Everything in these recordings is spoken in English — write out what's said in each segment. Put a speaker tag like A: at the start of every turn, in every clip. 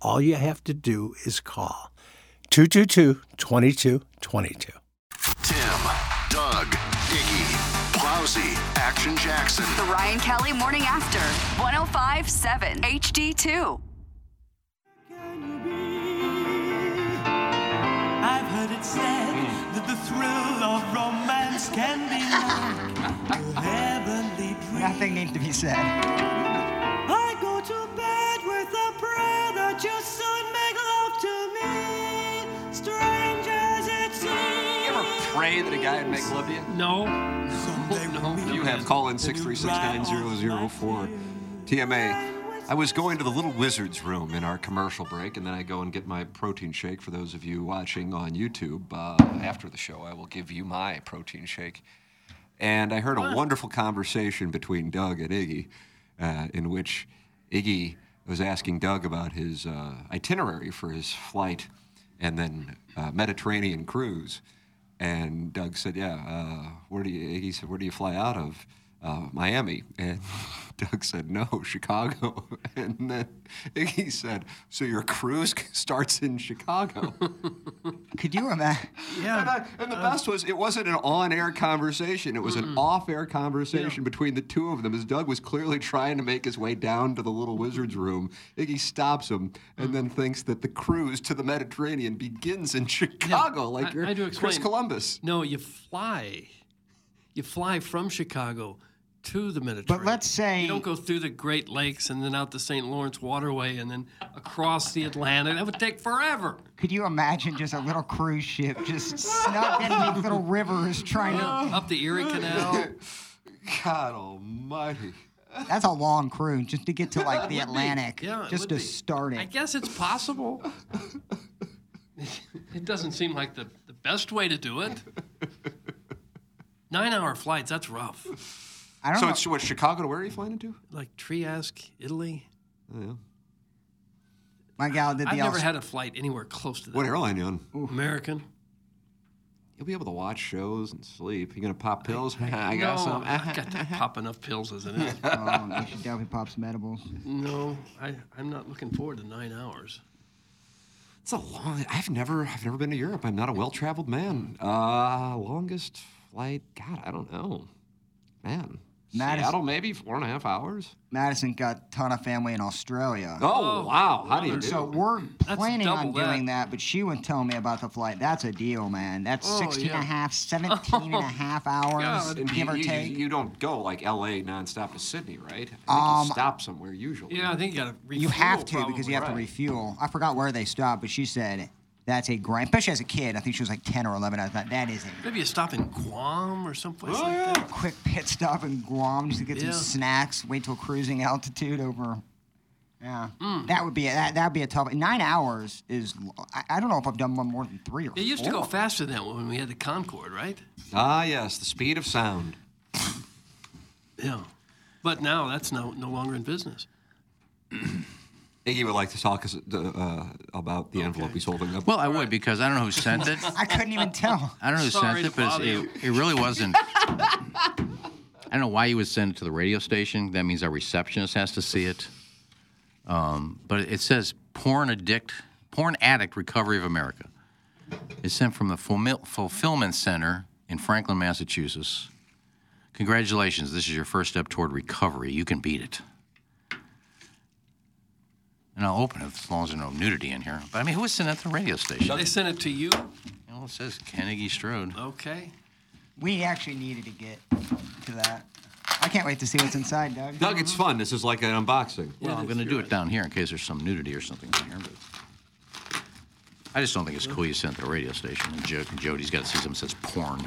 A: All you have to do is call 222 2222.
B: Tim, Doug, Iggy, Plowsy, Action Jackson.
C: The Ryan Kelly Morning After, 1057 HD2.
D: Can you be? I've heard it said that the thrill of romance can be like a heavenly dream.
E: Nothing needs to be said.
D: I go to bed with a prayer that you soon make love to me. Strange as it
F: You ever
D: seems.
F: pray that a guy would make love to you?
D: Someday we'll meet
F: You have
D: again,
F: call in
D: and you
F: 6369004. TMA. I was going to the Little Wizards room in our commercial break, and then I go and get my protein shake. For those of you watching on YouTube, uh, after the show, I will give you my protein shake. And I heard a wonderful conversation between Doug and Iggy, uh, in which Iggy was asking Doug about his uh, itinerary for his flight and then uh, Mediterranean cruise. And Doug said, "Yeah, uh, where do you?" Iggy said, "Where do you fly out of?" Uh, Miami. And Doug said, "No, Chicago." And then Iggy said, "So your cruise starts in Chicago?"
E: Could you imagine?
F: And, I- and
G: Uh,
F: the best was it wasn't an on-air conversation; it was an off-air conversation between the two of them. As Doug was clearly trying to make his way down to the little wizard's room, Iggy stops him
G: Mm.
F: and then thinks that the cruise to the Mediterranean begins in Chicago, like
G: I-
F: your
G: I do
F: Chris
G: explain.
F: Columbus.
G: No, you fly. You fly from Chicago to the Mediterranean.
E: But let's say
G: you don't go through the Great Lakes and then out the St. Lawrence Waterway and then across the Atlantic. That would take forever.
E: Could you imagine just a little cruise ship just snuck in these little rivers trying to?
G: Up the Erie Canal.
F: God Almighty.
E: That's a long cruise just to get to like the Atlantic,
G: Yeah, it
E: just
G: would
E: to
G: be.
E: start
G: I
E: it.
G: guess it's possible. it doesn't seem like the, the best way to do it. Nine hour flights, that's rough.
E: I don't
F: So
E: know.
F: it's what Chicago to where are you flying into?
G: Like Trieste, Italy.
E: My gal did the.
G: I've never
E: Aus-
G: had a flight anywhere close to that.
F: What airline you on?
G: American.
F: You'll be able to watch shows and sleep. You gonna pop pills? I,
G: no,
F: got some.
G: I've got to pop enough pills as it is.
E: Oh, you should definitely pop some edibles.
G: No, I, I'm not looking forward to nine hours.
F: It's a long. I've never. I've never been to Europe. I'm not a well-traveled man. Uh, longest flight. God, I don't know. Man,
E: Madison-
F: Seattle maybe four and a half hours.
E: Madison got a ton of family in Australia.
F: Oh, wow! How do you do?
E: So we're planning on
G: double that.
E: doing that, but she would tell me about the flight. That's a deal, man. That's
G: Oh,
E: 16
G: yeah.
E: and a half, 17 and a half hours,
G: God.
F: And
E: give
F: you,
E: or
F: you-
E: take.
F: you don't go like L.A. nonstop to Sydney, right? I think
E: Um,
F: you stop somewhere usually.
G: Yeah, I think you gotta refuel.
E: You have to because you have to
G: probably.
E: refuel. I forgot where they stopped, but she said that's a grind, especially as a kid. I think she was like 10 or 11. I thought that is a
G: Maybe you stop in Guam or someplace like that.
E: quick pit stop in Guam just to get
G: Yeah.
E: some snacks, wait till cruising altitude over. Yeah,
G: Mm.
E: that would be that. That'd be a tough. Nine hours is. I, I don't know if I've done one more than three or.
G: It used to go
E: four.
G: faster than that when we had the Concorde, right?
F: Ah, yes, the speed of sound.
G: Yeah. But now that's no, no longer in business.
F: Iggy would like to talk us, uh, about the envelope he's holding up.
H: Well, I would because I don't know who sent it.
E: I couldn't even tell.
H: I don't know who
G: Sorry
H: sent
G: to
H: it, but
G: bother you.
H: it, it really wasn't. I don't know why you would send it to the radio station. That means our receptionist has to see it. Um, but it says porn addict, porn addict recovery of America. It's sent from the Fulmil- fulfillment center in Franklin, Massachusetts. Congratulations, this is your first step toward recovery. You can beat it. And I'll open it as long as there's no nudity in here. But I mean, who would send it to the radio station?
G: They sent it to you.
H: Well, it says Kennedy Strode.
G: Okay.
E: We actually needed to get to that. I can't wait to see what's inside, Doug.
F: Doug, it's fun. This is like an unboxing.
C: Well, I'm going to do it down here in case there's some nudity or something in here. but- I just don't think it's cool you sent to the radio station and joke and Jody's got to see something that says porn.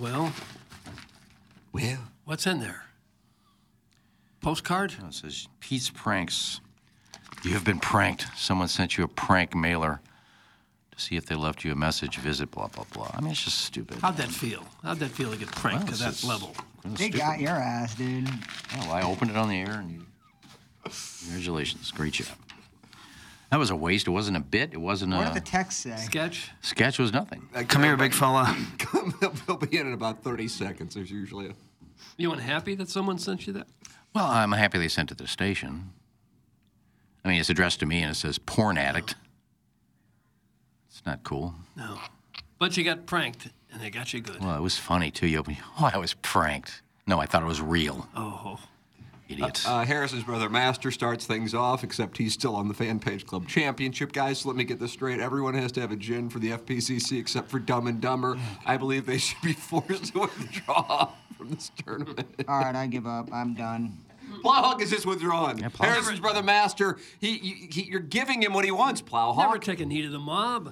I: Well,
F: well,
I: what's in there? Postcard?
C: It says Pete's pranks. You have been pranked. Someone sent you a prank mailer to see if they left you a message. Visit blah blah blah. I mean, it's just stupid.
I: How'd that feel? How'd that feel to get pranked
C: Well,
I: to
C: it's
I: that
C: just-
I: level?
C: Kinda
E: They
C: stupid.
E: got your ass, dude.
C: Oh, I opened it on the air and you. Congratulations, great job. That was a waste. It wasn't a bit. It wasn't
E: What did
C: a
E: the text say?
I: Sketch?
C: sketch. Was nothing.
J: Come here, big fella.
F: He'll be in in about 30 seconds. There's usually a.
I: You unhappy that someone sent you that?
C: Well, I'm happy they sent it to the station. I mean, it's addressed to me and it says porn addict. It's not cool.
I: No. But you got pranked, and they got you good.
C: Well, it was funny too. You open. Oh, I was pranked. No, I thought it was real.
I: Oh.
C: Idiots.
F: Uh, Harris's brother Master starts things off, except he's still on the Fan Page Club Championship. Guys, so let me get this straight. Everyone has to have a gin for the FPCC except for Dumb and Dumber. I believe they should be forced to withdraw from this tournament.
E: All right, I give up. I'm done.
F: Plowhawk is just withdrawn.
C: Plowhawk-
F: Harris's brother Master, he, he, he- you're giving him what he wants, Plowhawk.
I: Never take a knee to the mob.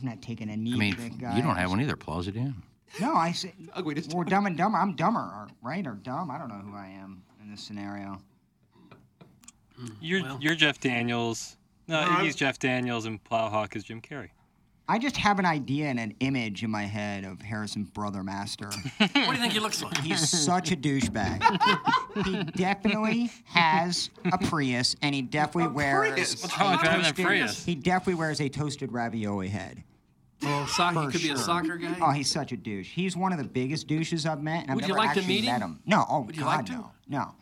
E: I'm not taking a knee,
C: I mean,
E: big guy.
C: you don't have one either, Plaza, do you?
E: No, I said.
F: Doug, we just-
E: We're dumb and dumber. I'm dumber, or, right? Or dumb? I don't know who I am in this scenario.
K: You're you're Jeff Daniels. No, he's Jeff Daniels, and Plowhawk is Jim Carrey.
E: I just have an idea and an image in my head of Harrison's brother, Master.
I: What do you think he looks like?
E: He's such a douchebag. he definitely has a Prius, and he definitely wears.
F: Prius? What's
K: wrong with
E: a
K: driving a
E: toasted-
K: Prius?
E: He definitely wears a toasted ravioli head.
I: Oh, soccer. He
E: For
I: could be a
E: sure.
I: soccer guy.
E: Oh, he's such a douche. He's one of the biggest douches I've met, and I've
I: Would you
E: never
I: like to
E: actually
I: meet him?
E: met him. No, oh
I: Would you
E: God,
I: like to?
E: no, no.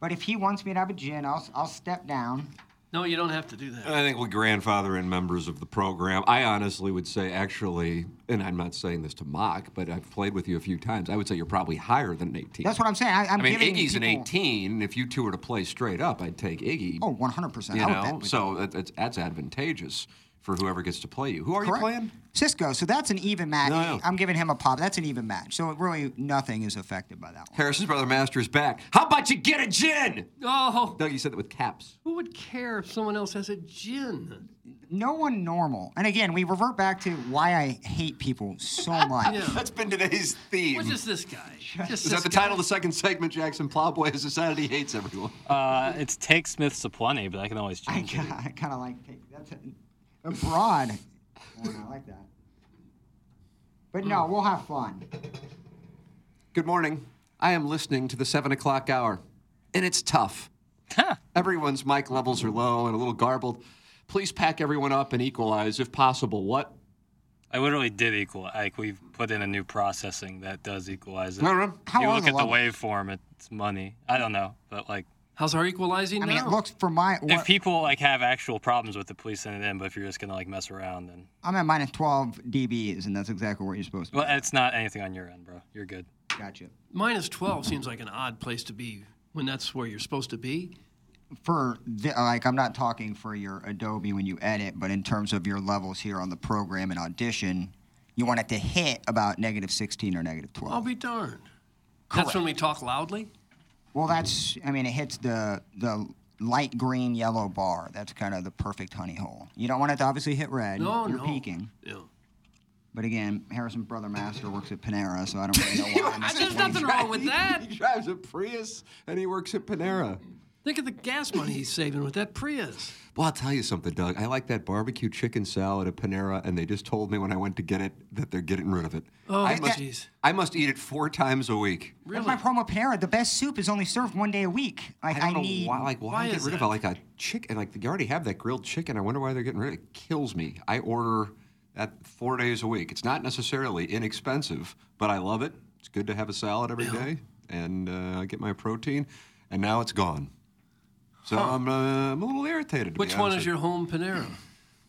E: But if he wants me to have a gin, I'll I'll step down.
I: No, you don't have to do that.
F: I think we grandfather in members of the program. I honestly would say, actually, and I'm not saying this to mock, but I've played with you a few times. I would say you're probably higher than an 18.
E: That's what I'm saying. I,
F: I
E: I'm
F: mean,
E: giving
F: Iggy's an
E: people-
F: 18, and if you two were to play straight up, I'd take Iggy.
E: Oh, 100. percent
F: you
E: I would bet
F: know,
E: with
F: so that, that's, that's advantageous for whoever gets to play you. Who are
E: Correct.
F: you playing?
E: Cisco. So that's an even match.
F: No, no.
E: I'm giving him a pop. That's an even match. So it really nothing is affected by that one.
F: Harris's brother Master's back. How about you get a gin?
I: Oh,
F: Doug, you said that with caps.
I: who would care if someone else has a gin?
E: No one normal. And again, we revert back to why I hate people so much.
F: That's been today's theme.
I: What's just this guy? Just
F: is
I: this
F: that the
I: guy.
F: title of the second segment, Jackson? Plowboy has decided he hates everyone.
K: Uh, it's Take Smith's a plenty, but I can always
E: I,
K: change it.
E: kind of like that's a, a broad. one. I like that. But no, we'll have fun.
F: Good morning. I am listening to the 7 o'clock hour, and it's tough. Everyone's mic levels are low and a little garbled. Please pack everyone up and equalize, if possible. What?
K: I literally did equal. Like we've put in a new processing that does equalize it.
F: No, no.
E: How
K: you
E: are
K: look
E: the
K: at the
E: levels?
K: waveform, it's money. I don't know, but like
I: How's our equalizing
E: I mean,
I: now?
E: it looks for my.
K: if
E: What,
K: people like have actual problems with it, please send it in. But if you're just gonna like mess around, then
E: I'm at minus 12 dBs, and that's exactly where you're supposed to.
K: well, it's not anything on your end, bro. You're good.
E: be. Gotcha.
I: Minus 12 seems like an odd place to be when that's where you're supposed to be.
E: For the, like, I'm not talking for your Adobe when you edit, but in terms of your levels here on the program and audition, you want it to hit about negative 16 or negative 12.
G: Um,
I: I'll be darned. That's when we talk loudly?
E: Well, that's. I mean, it hits the the light green yellow bar. That's kind of the perfect honey hole. You don't want it to obviously hit red.
I: No,
E: You're
I: no.
E: peaking.
I: Yeah.
E: But again, Harrison Brother Master works at Panera, so I don't really know why. I'm
I: There's
E: explaining
I: nothing wrong with that.
F: He drives a Prius and he works at Panera.
I: Think of the gas money he's saving with that Prius.
F: Well, I'll tell you something, Doug. I like that barbecue chicken salad at Panera, and they just told me when I went to get it that they're getting rid of it.
I: Oh,
F: I must,
I: jeez.
F: I must eat it four times a week.
E: That's my problem with Panera. The best soup is only served one day a week. Like
F: I
E: I,
F: don't know
E: need.
F: why, like, why,
I: Why
F: get
I: is
F: rid of
I: that?
F: it? Like a chicken, like they already have that grilled chicken. I wonder why they're getting rid of it. It kills me. I order that four days a week. It's not necessarily inexpensive, but I love it. It's good to have a salad every day, and uh, I get my protein. And now it's gone. So I'm, uh, I'm a little irritated. To
I: Which
F: be
I: one
F: honest
I: is your home Panera?
F: with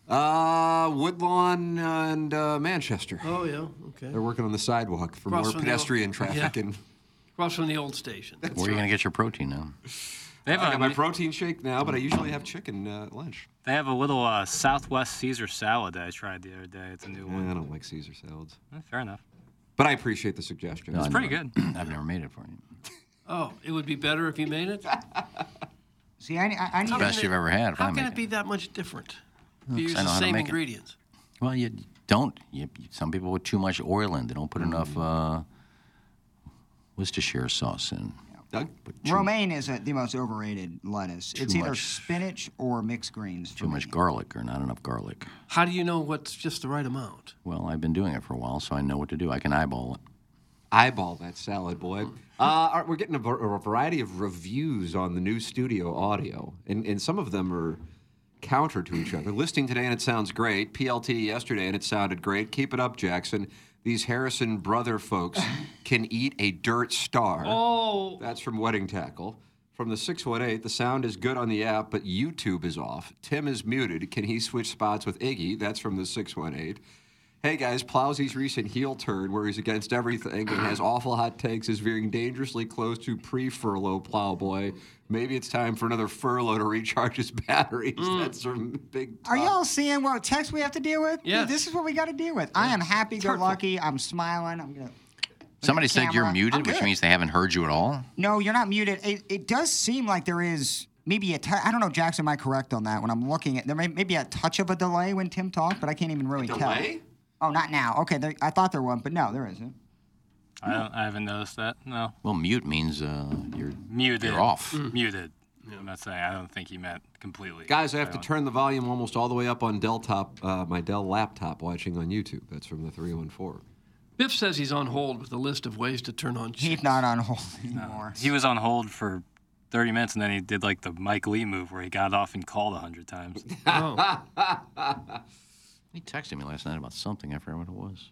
F: you. Uh, Woodlawn and uh, Manchester.
I: Oh, yeah. Okay.
F: They're working on the sidewalk for
I: Across
F: more
I: from the-
F: pedestrian traffic
I: yeah.
F: and
I: Across from the old station.
C: Where are you gonna get your protein now?
K: They have
F: I
K: a
F: got my
K: mi-
F: protein shake now,
I: Mm-hmm.
F: but I usually have chicken uh, at lunch.
K: They have a little uh, Southwest Caesar salad that I tried the other day. It's a new one.
F: I don't like Caesar salads.
K: Fair enough.
F: But I appreciate the suggestion.
K: It's pretty good.
C: I've never made it for you.
I: Oh, it would be better if you made it.
E: See, I, I, I need
C: Best you've ever had, if
I: How
C: I
I: can
C: make
I: it be that much different?
C: Oh,
I: You
C: 'cause
I: use
C: I know
I: the
C: how to
I: same
C: make it.
I: ingredients.
C: Well, you don't. You, you- some people put too much oil in. They don't put enough
I: Mm-hmm.
C: uh, Worcestershire sauce in.
F: Doug?
E: Romaine is a, the most overrated lettuce. It's
C: Too
E: either
C: much.
E: spinach or mixed greens.
C: Too much garlic or not enough garlic.
I: How do you know what's just the right amount?
C: Well, I've been doing it for a while, so I know what to do. I can eyeball it.
F: Eyeball that salad, boy.
I: Mm.
F: Uh, all right, we're getting a, var- a variety of reviews on the new studio audio, and, and some of them are counter to each other. Listing today, and it sounds great. PLT yesterday, and it sounded great. Keep it up, Jackson. These Harrison brother folks can eat a dirt star.
I: Oh.
F: That's from Wedding Tackle. From the 618, the sound is good on the app, but YouTube is off. Tim is muted. Can he switch spots with Iggy? That's from the 618. Hey guys, Plowsy's recent heel turn, where he's against everything and has awful hot takes, is veering dangerously close to pre-furlough plowboy. Maybe it's time for another furlough to recharge his batteries. That's from Big.
E: Mm. Are y'all seeing what text we have to deal with? Dude,
F: Yes.
E: This is what we got to deal with. I am happy-go-lucky. I'm smiling. I'm gonna.
C: Somebody said you're
E: camera.
C: muted,
E: I'm
C: which
E: good.
C: means they haven't heard you at all.
E: No, you're not muted. It, it does seem like there is maybe a. T- I don't know, Jackson. Am I correct on that? When I'm looking at there, may, maybe a touch of a delay when Tim talked, but I can't even really
F: Delay?
E: tell. Oh, not now. Okay, there, I thought there was, but no, there isn't.
K: I, don't, I haven't noticed that. No.
C: Well, mute means uh, you're
K: Muted.
C: You're off.
K: Muted. I'm not saying I don't think he meant completely.
F: Guys, I have to turn the volume almost all the way up on Dell top, uh, my Dell laptop, watching on YouTube. That's from the 314.
I: Biff says he's on hold with a list of ways to turn on.
E: He's not on hold anymore.
K: He was on hold for 30 minutes and then he did like the Mike Lee move where he got off and called 100 times.
C: He texted me last night about something. I forgot what it was.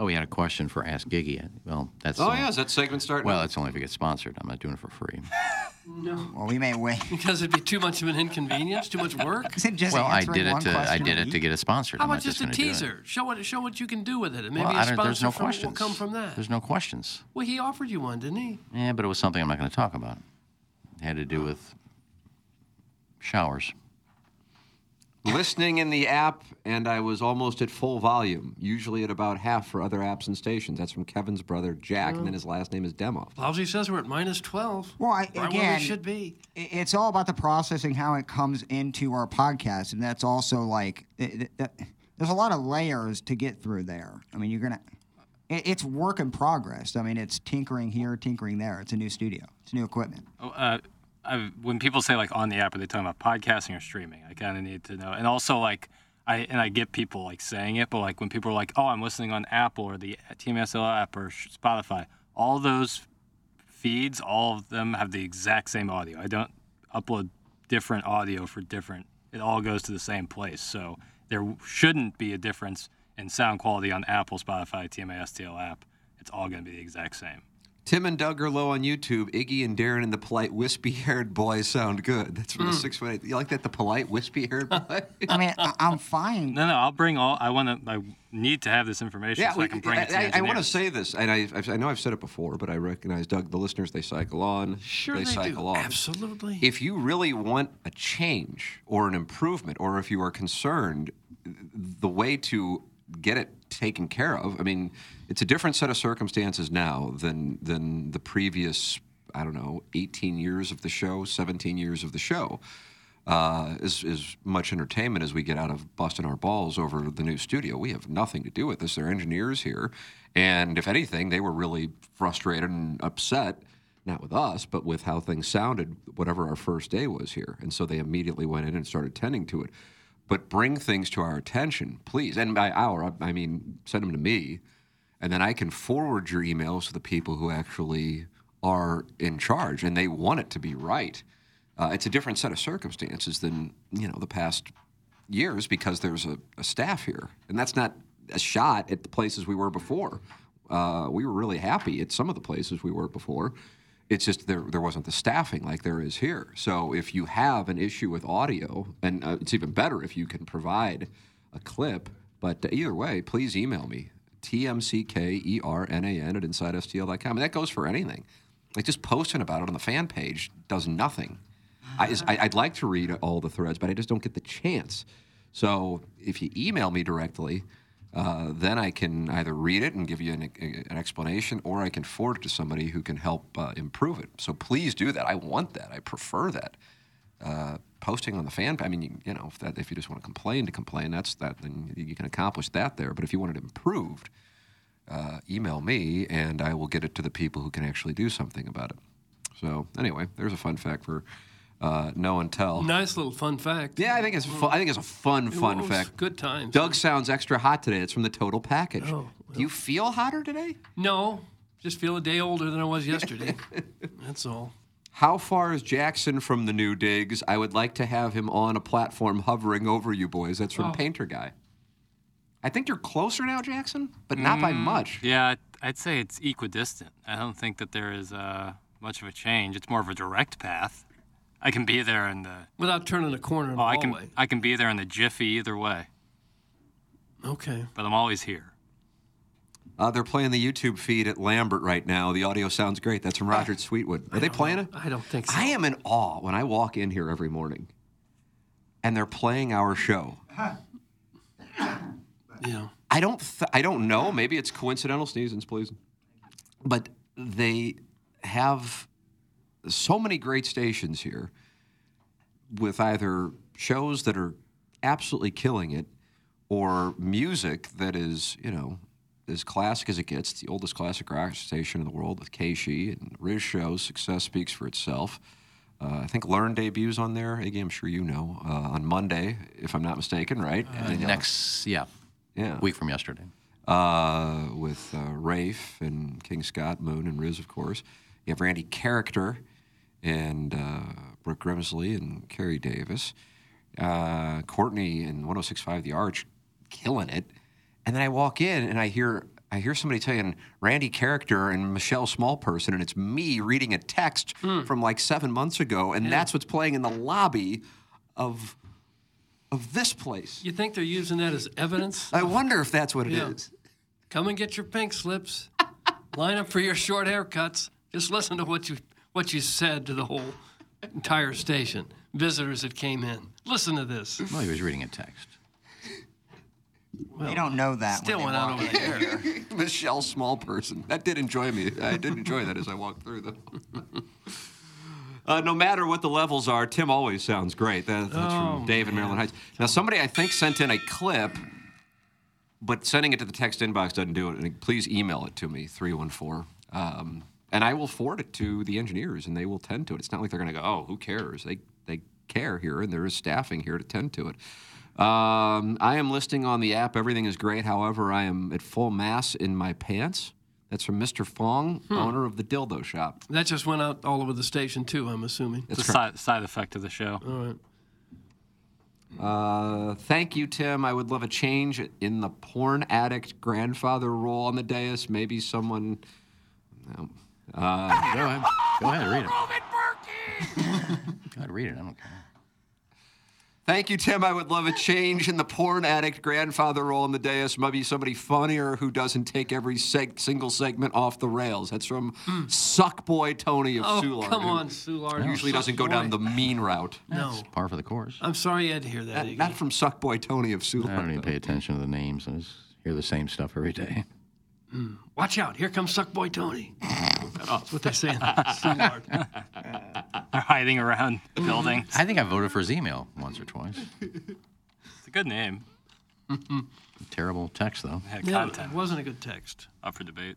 C: Oh, he had a question for Ask Giggy. Well, that's
F: oh
C: uh,
F: yeah, is that segment starting?
C: well, that's only if it gets sponsored. I'm not doing it for free.
I: No.
E: Well, we may wait.
I: Because it'd be too much of an inconvenience, too much work.
C: well, I did it. To, I did it to get it sponsored.
I: How
C: I'm not
I: about just a
C: gonna do it.
I: teaser? Show what show what you can do with it, and maybe
C: Well,
I: a
C: I don't,
I: sponsor
C: there's no
I: from, will
C: questions.
I: come from that.
C: There's no questions.
I: Well, he offered you one, didn't he?
C: Yeah, but it was something I'm not going to talk about. It had to do with showers.
F: Listening in the app, and I was almost at full volume, usually at about half for other apps and stations. That's from Kevin's brother Jack, and then his last name is Demoff.
I: Lousy says we're at minus twelve.
E: Well, I,
I: right where
E: again,
I: we should be.
E: i- it's all about the processing, how it comes into our podcast, and that's also like th- th- th- there's a lot of layers to get through there. I mean, you're gonna, it, it's work in progress. I mean, it's tinkering here, tinkering there. It's a new studio, it's new equipment.
K: Oh, uh, I, when people say like on the app, are they talking about podcasting or streaming? I kind of need to know. And also like, I and I get people like saying it, but like when people are like, "Oh, I'm listening on Apple or the TMSL app or sh- Spotify," all those feeds, all of them have the exact same audio. I don't upload different audio for different. It all goes to the same place, so there w- shouldn't be a difference in sound quality on Apple, Spotify, TMASTL app. It's all going to be the exact same.
F: Tim and Doug are low on YouTube. Iggy and Darren and the polite, wispy-haired boy sound good. That's from the six one eight. You like that? The polite, wispy-haired boy.
E: I mean, I, I'm fine.
K: No, no, I'll bring all. I want to. I need to have this information so
F: we-
K: I can bring
F: I,
K: it to the
F: I- I want to
K: engineers.
F: say this, and I, I've- I know I've said it before, but I recognize Doug. The listeners, they cycle on.
I: Sure, they,
F: cycle
I: do.
F: on.
I: Absolutely.
F: If you really want a change or an improvement, or if you are concerned, the way to get it taken care of. I mean, it's a different set of circumstances now than than the previous. I don't know, 18 years of the show, 17 years of the show. Uh, as, as much entertainment as we get out of busting our balls over the new studio, we have nothing to do with this. They're engineers here. And if anything, they were really frustrated and upset not with us, but with how things sounded, whatever our first day was here. And so they immediately went in and started tending to it. But bring things to our attention, please. And by our, I- I mean, send them to me, and then I can forward your emails to the people who actually are in charge and they want it to be right. Uh, it's a different set of circumstances than, you know, the past years because there's a, a staff here. And that's not a shot at the places we were before. Uh, we were really happy at some of the places we were before. It's just there, there wasn't the staffing like there is here. So if you have an issue with audio, and uh, it's even better if you can provide a clip, but either way, please E email me, tmckernan at insidestl.com. And that goes for anything. Like just posting about it on the fan page does nothing. I just, I, I'd like to read all the threads, but I just don't get the chance. So if you email me directly, uh, then I can either read it and give you an, e, an explanation, or I can forward it to somebody who can help uh, improve it. So please do that. I want that. I prefer that. Uh, posting on the fan, I mean, you, you know, if that if you just want to complain to complain, that's that. Then you can accomplish that there. But if you want it improved, uh, email me, and I will get it to the people who can actually do something about it. So anyway, there's a fun fact for uh, know and tell.
I: Nice little fun fact.
F: Yeah, I think it's a fu- I think it's a fun
I: It
F: fun
I: was
F: fact.
I: Good times.
F: Doug sounds extra hot today. It's from the total package.
I: Oh,
F: Do you feel hotter today?
I: No, just feel a day older than I was yesterday. That's all.
F: How far is Jackson from the new digs? I would like to have him on a platform hovering over you boys. That's from
I: Oh.
F: Painter Guy. I think you're closer now, Jackson, but not by
K: Mm,
F: much.
K: Yeah, I'd- I'd say it's equidistant. I don't think that there is uh, much of a change. It's more of a direct path. I can be there in the.
I: Without turning a corner in
K: Oh,
I: the
K: I
I: hallway.
K: can I can be there in the jiffy either way,
I: Okay.
K: but I'm always here.
F: Uh, they're playing the YouTube feed at Lambert right now. The audio sounds great. That's from Roger Sweetwood. Are they playing it?
I: Ah, I don't think so.
F: I am in awe when I walk in here every morning and they're playing our show.
I: Yeah.
F: I don't th- I don't know, maybe it's coincidental sneezing, please. But they have so many great stations here with either shows that are absolutely killing it or music that is, you know, as classic as it gets, It's the oldest classic rock station in the world with Keishi and Riz shows. Success speaks for itself. Uh, I think Learn debuts on there. Iggy, I'm sure you know, uh, on Monday, if I'm not mistaken, right?
C: Uh, next, yeah.
F: Yeah.
C: Week from yesterday.
F: Uh, with uh, Rafe and King Scott, Moon and Riz, of course. You have Randy Character and uh, Brooke Grimsley and Carrie Davis. Uh, Courtney and 106.5 The Arch killing it. And then I walk in and I hear I hear somebody telling Randy Character and Michelle Smallperson, and it's me reading a text from like seven months ago, and that's what's playing in the lobby of of this place.
I: You think they're using that as evidence?
F: I wonder if that's what it is.
I: Yeah. Come and get your pink slips. Line up for your short haircuts. Just listen to what you what you said to the whole entire station. Visitors that came in. Listen to this.
C: Well, he was reading a text.
E: they don't know that.
I: Still went out over the air.
F: Michelle Small Person. That did enjoy me. I did enjoy that as I walked through them. Uh, no matter what the levels are, Tim always sounds great. That, that's
I: Oh,
F: from Dave in Maryland Heights. Now, somebody I think sent in a clip, but sending it to the text inbox doesn't do it. And please email it to me, 314. Um, and I will forward it to the engineers, and they will tend to it. It's not like they're going to go, oh, who cares? They, they care here, and there is staffing here to tend to it. Um, I am listing on the app. Everything is great. However, I am at full mass in my pants. That's from Mr. Fong, owner of the Dildo Shop.
I: That just went out all over the station too. I'm assuming.
F: That's
K: It's a side, side effect of the show.
I: All right.
F: Uh, thank you, Tim. I would love a change in the porn addict grandfather role on the dais. Maybe someone. No. Uh,
C: Go ahead. Go ahead, read it. Go ahead, read it. I don't care.
F: thank you, Tim. I would love a change in the porn addict grandfather role on the dais. Maybe somebody funnier who doesn't take every seg- single segment off the rails. That's from Suckboy Tony of
I: Hmm. Oh,
F: Soulard,
I: come
F: who
I: on, Soulard.
F: Usually doesn't go down the mean route.
I: No.
C: Par for the course.
I: I'm sorry you had to hear that.
F: Not,
I: Iggy.
F: not from Suckboy Tony of Soulard.
C: I don't even pay attention to the names. I just hear the same stuff every day.
I: Watch out. Here comes Suckboy Tony. That's what they say in Soulard.
K: They're hiding around the building.
C: I think I voted for his email once or twice.
K: It's a good name.
C: Terrible text, though.
K: Had
I: Yeah, it
K: content
I: wasn't a good text.
K: up for debate.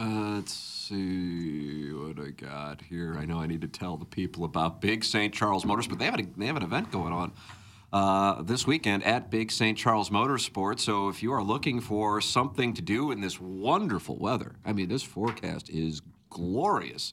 F: Uh, let's see what I got here. I know I need to tell the people about Big St. Charles Motors, but they have, a, they have an event going on uh, this weekend at Big St. Charles Motorsports. So if you are looking for something to do in this wonderful weather, I mean, this forecast is glorious.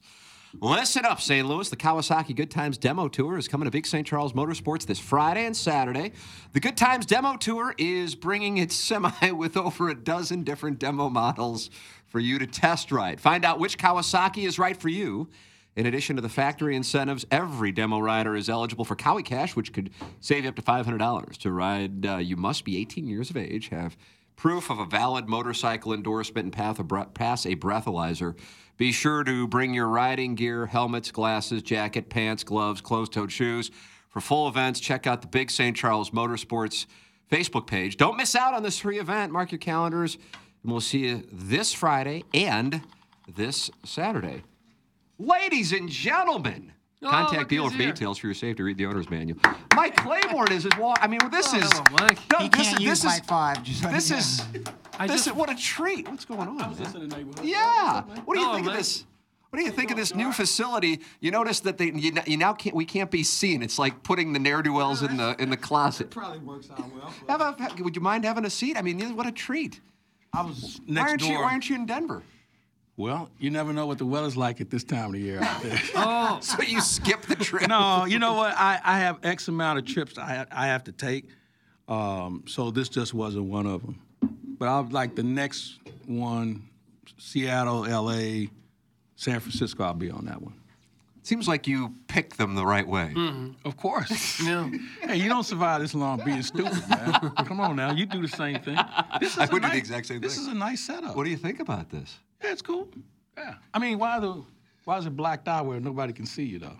F: Listen up, St. Louis. The Kawasaki Good Times Demo Tour is coming to Big St. Charles Motorsports this Friday and Saturday. The Good Times Demo Tour is bringing its semi with over a dozen different demo models for you to test ride. Find out which Kawasaki is right for you. In addition to the factory incentives, every demo rider is eligible for Cowie Cash, which could save you up to $500 to ride. Uh, you must be 18 years of age, have proof of a valid motorcycle endorsement, and path a bre- pass a breathalyzer. Be sure to bring your riding gear, helmets, glasses, jacket, pants, gloves, closed toed shoes. For full events, check out the Big St. Charles Motorsports Facebook page. Don't miss out on this free event. Mark your calendars, and we'll see you this Friday and this Saturday. Ladies and gentlemen,
D: Oh,
F: contact
D: look
F: dealer
D: who's
F: for
D: here.
F: details for your safety. Read the owner's manual. Mike Claiborne is his wall. I mean,
D: Oh,
F: this is. No,
E: He
F: this
E: can't
F: is,
E: use
F: this
E: my
F: is,
E: five. Just let
F: This
E: you know.
F: is. this is what a treat. What's going on?
D: Yeah.
F: Yeah. What do you think of this? What do you think of this new facility? You notice that they you, n- you now can't we can't be seen. It's like putting the ne'er do wells in the in the closet.
G: Probably works out well.
F: Have a, would you mind having a seat? I mean, this- what a treat.
G: I was
F: why
G: next
F: aren't you
G: door.
F: Why aren't you in Denver?
G: Well, you never know what the weather's like at this time of the year out there.
F: Oh, so you skip the trip?
G: No, you know what? I, I have X amount of trips I I have to take, um, so this just wasn't one of them. But I would like the next one, Seattle, L.A., San Francisco. I'll be on that one.
F: Seems like you pick them the right way.
G: Of course. Hey, you don't survive this long being stupid, man. Come on now, you do the same thing. This is
F: I
G: a
F: would do the
G: nice-
F: exact same
G: This
F: thing.
G: is a nice setup.
F: What do you think about this?
G: Yeah, it's cool. Yeah. I mean, why the why is it blacked out where nobody can see you though?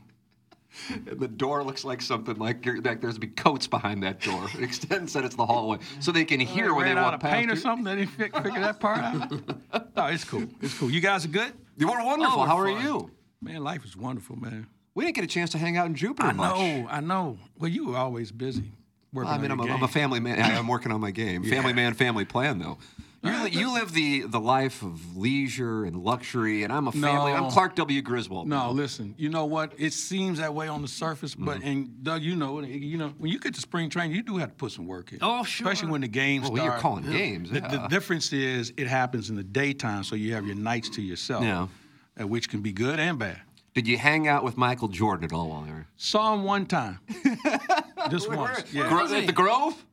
F: The door looks like something like, you're, like there's big coats behind that door. It extends that it's the hallway, so they can hear when they
G: ran out
F: walk
G: of
F: past.
G: paint or
F: you.
G: something. They didn't fi- figure that part out. No, it's cool. It's cool. You guys are good.
F: You were
G: Oh,
F: wonderful. How are you?
G: Man, life is wonderful, man.
F: We didn't get a chance to hang out in Jupiter
G: I
F: much.
G: know. I know. Well, you were always busy. Working
F: I mean,
G: on
F: I'm
G: your
F: a,
G: game.
F: I'm a family man. I- I'm working on my game. Family man, family plan, though. You, li- you live the, the life of leisure and luxury, and I'm a family.
G: No.
F: I'm Clark W. Griswold.
G: No, listen. You know what? It seems that way on the surface, but
F: Mm-hmm.
G: and Doug, you know, you know, when you get to spring training, you do have to put some work in. Oh, sure. Especially when the games
F: Well, you're
G: start.
F: calling games,
G: The, the
F: yeah.
G: difference is it happens in the daytime, so you have your nights to yourself.
F: Yeah.
G: uh, Which can be good and bad.
F: Did you hang out with Michael Jordan at all while you were?
G: Saw him one time. Just once. Yeah.
F: Gro- at the Grove?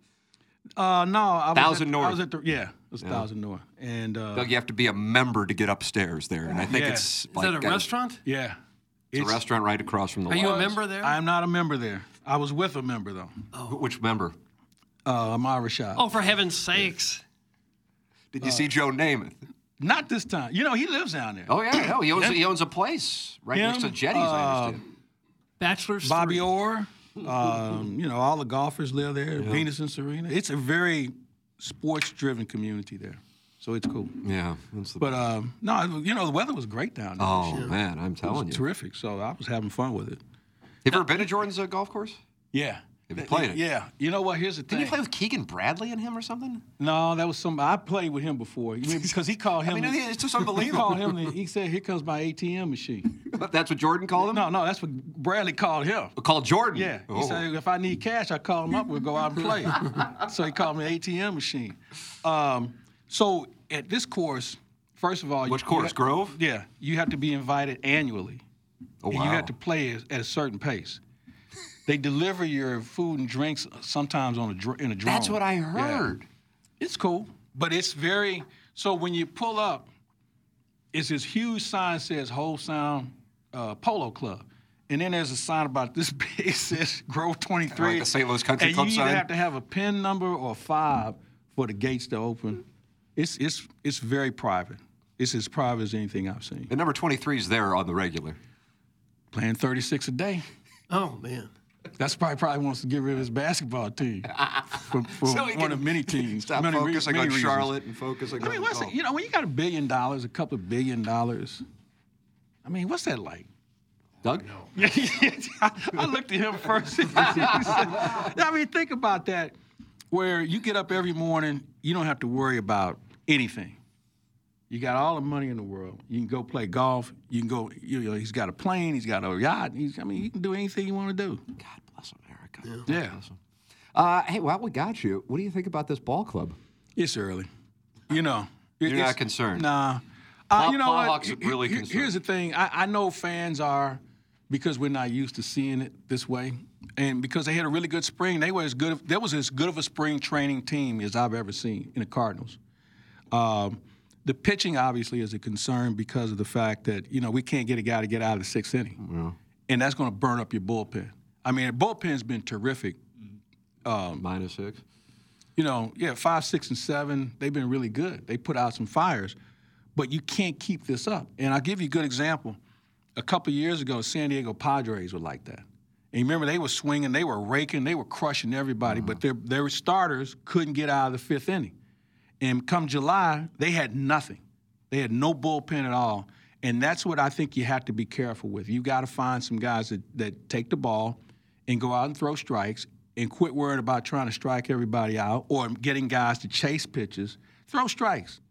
G: Uh, no, I was
F: Thousand
G: at,
F: North.
G: I was at the yeah, it was Thousand North, and uh,
F: Doug, you have to be a member to get upstairs there, and I think
G: yeah.
F: it's like uh,
G: Yeah,
F: It's, a restaurant right across from the. lodge.
G: there? I'm not a member there. I was with a member though.
F: Wh- Which member?
G: Uh, Amara Shah.
I: Oh, for heaven's sakes.
F: Did
G: Uh,
F: you see Joe Namath?
G: Not this time. You know he lives down there.
F: Oh yeah, no, he owns he owns a place right next to
G: Him,
F: Jetty's. I understand.
G: Bachelor's. Bobby Orr. Um, you know all the golfers live there. Venus and Serena. It's a very sports-driven community there, so it's cool.
F: Yeah, that's
G: Uh,
F: the
G: But um, no, it was- you know the weather was great down there.
F: Oh,
G: this year.
F: man, I'm
G: It was
F: telling you.
G: terrific. So I was having fun with it.
F: Have you ever been to Jordan's uh, golf course?
G: Yeah.
F: Have you played it?
G: Uh, Yeah. You know what? Here's the thing.
F: Didn't you play with Keegan Bradley and him or something?
G: No, that was some. I played with him before You mean, because he called
F: I
G: him.
F: mean, it's just
G: He called him. the-
F: unbelievable.
G: He said, "Here comes my ATM machine."
F: that's what Jordan called him.
G: No, no, that's what Bradley called him.
F: Called Jordan.
G: Yeah, he
F: Oh.
G: said, "If I need cash, I call him up. We'll go out and play." so he called me ATM machine. Um, so at this course, first of all,
F: Which
G: you- you
F: course,
G: have-
F: Grove?
G: Yeah, you have to be invited annually,
F: Oh,
G: and you have to play at at a certain pace. They deliver your food and drinks sometimes on a dr- in a drone.
F: That's what I
G: Yeah.
F: heard.
G: It's cool, but it's very so when you pull up, it's this huge sign says Whole Sound uh, Polo Club. And then there's a sign about this big it says Grove 23.
F: Like the St. Louis Country
G: and
F: Club
G: you
F: sign?
G: either have to have a pin number or five for the gates to open. It's it's it's very private. It's as private as anything I've seen.
F: And number 23 is there on the regular.
G: Playing 36 a day.
I: Oh, man.
G: That's probably probably wants to get rid of his basketball team for, for
F: So he
G: one
F: can
G: of many teams.
F: Stop
G: many re-
F: focusing
G: many
F: on
G: reasons.
F: Charlotte and focusing
G: I mean,
F: on
G: what's
F: golf.
G: you know when you got a billion dollars, a couple of billion dollars. I mean, what's that like?
F: Doug?
G: I, I looked at him first. He said- I mean, think about that. Where you get up every morning, you don't have to worry about anything. You got all the money in the world. You can go play golf. You can go. You know, he's got a plane. He's got a yacht. He's, I mean, you can do anything you want to do. God
F: bless America.
G: Yeah.
F: Uh, hey, well, we got you. What do you think about this ball club?
G: It's early. You know. it-
F: You're
G: it's-
F: not concerned?
G: Nah. Uh, you know
F: Plowhawks
G: what?
F: are really
G: Here-
F: concerned.
G: Here's the thing. I, I know fans are because we're not used to seeing it this way, and because they had a really good spring. They were as good. Of, that was as good of a spring training team as I've ever seen in the Cardinals. Um, the pitching obviously is a concern because of the fact that you know we can't get a guy to get out of the sixth inning, and that's going to burn up your bullpen. I mean, the bullpen's been terrific. Um,
F: Minus six.
G: You know, yeah, five, six, and seven. They've been really good. They put out some fires, but you can't keep this up. And I'll give you a good example. A couple years ago, San Diego Padres were like that. And you remember they were swinging, they were raking, they were crushing everybody, but their their starters couldn't get out of the fifth inning. And come July, they had nothing. They had no bullpen at all. And that's what I think you have to be careful with. You got to find some guys that, that take the ball and go out and throw strikes and quit worrying about trying to strike everybody out or getting guys to chase pitches. Throw strikes.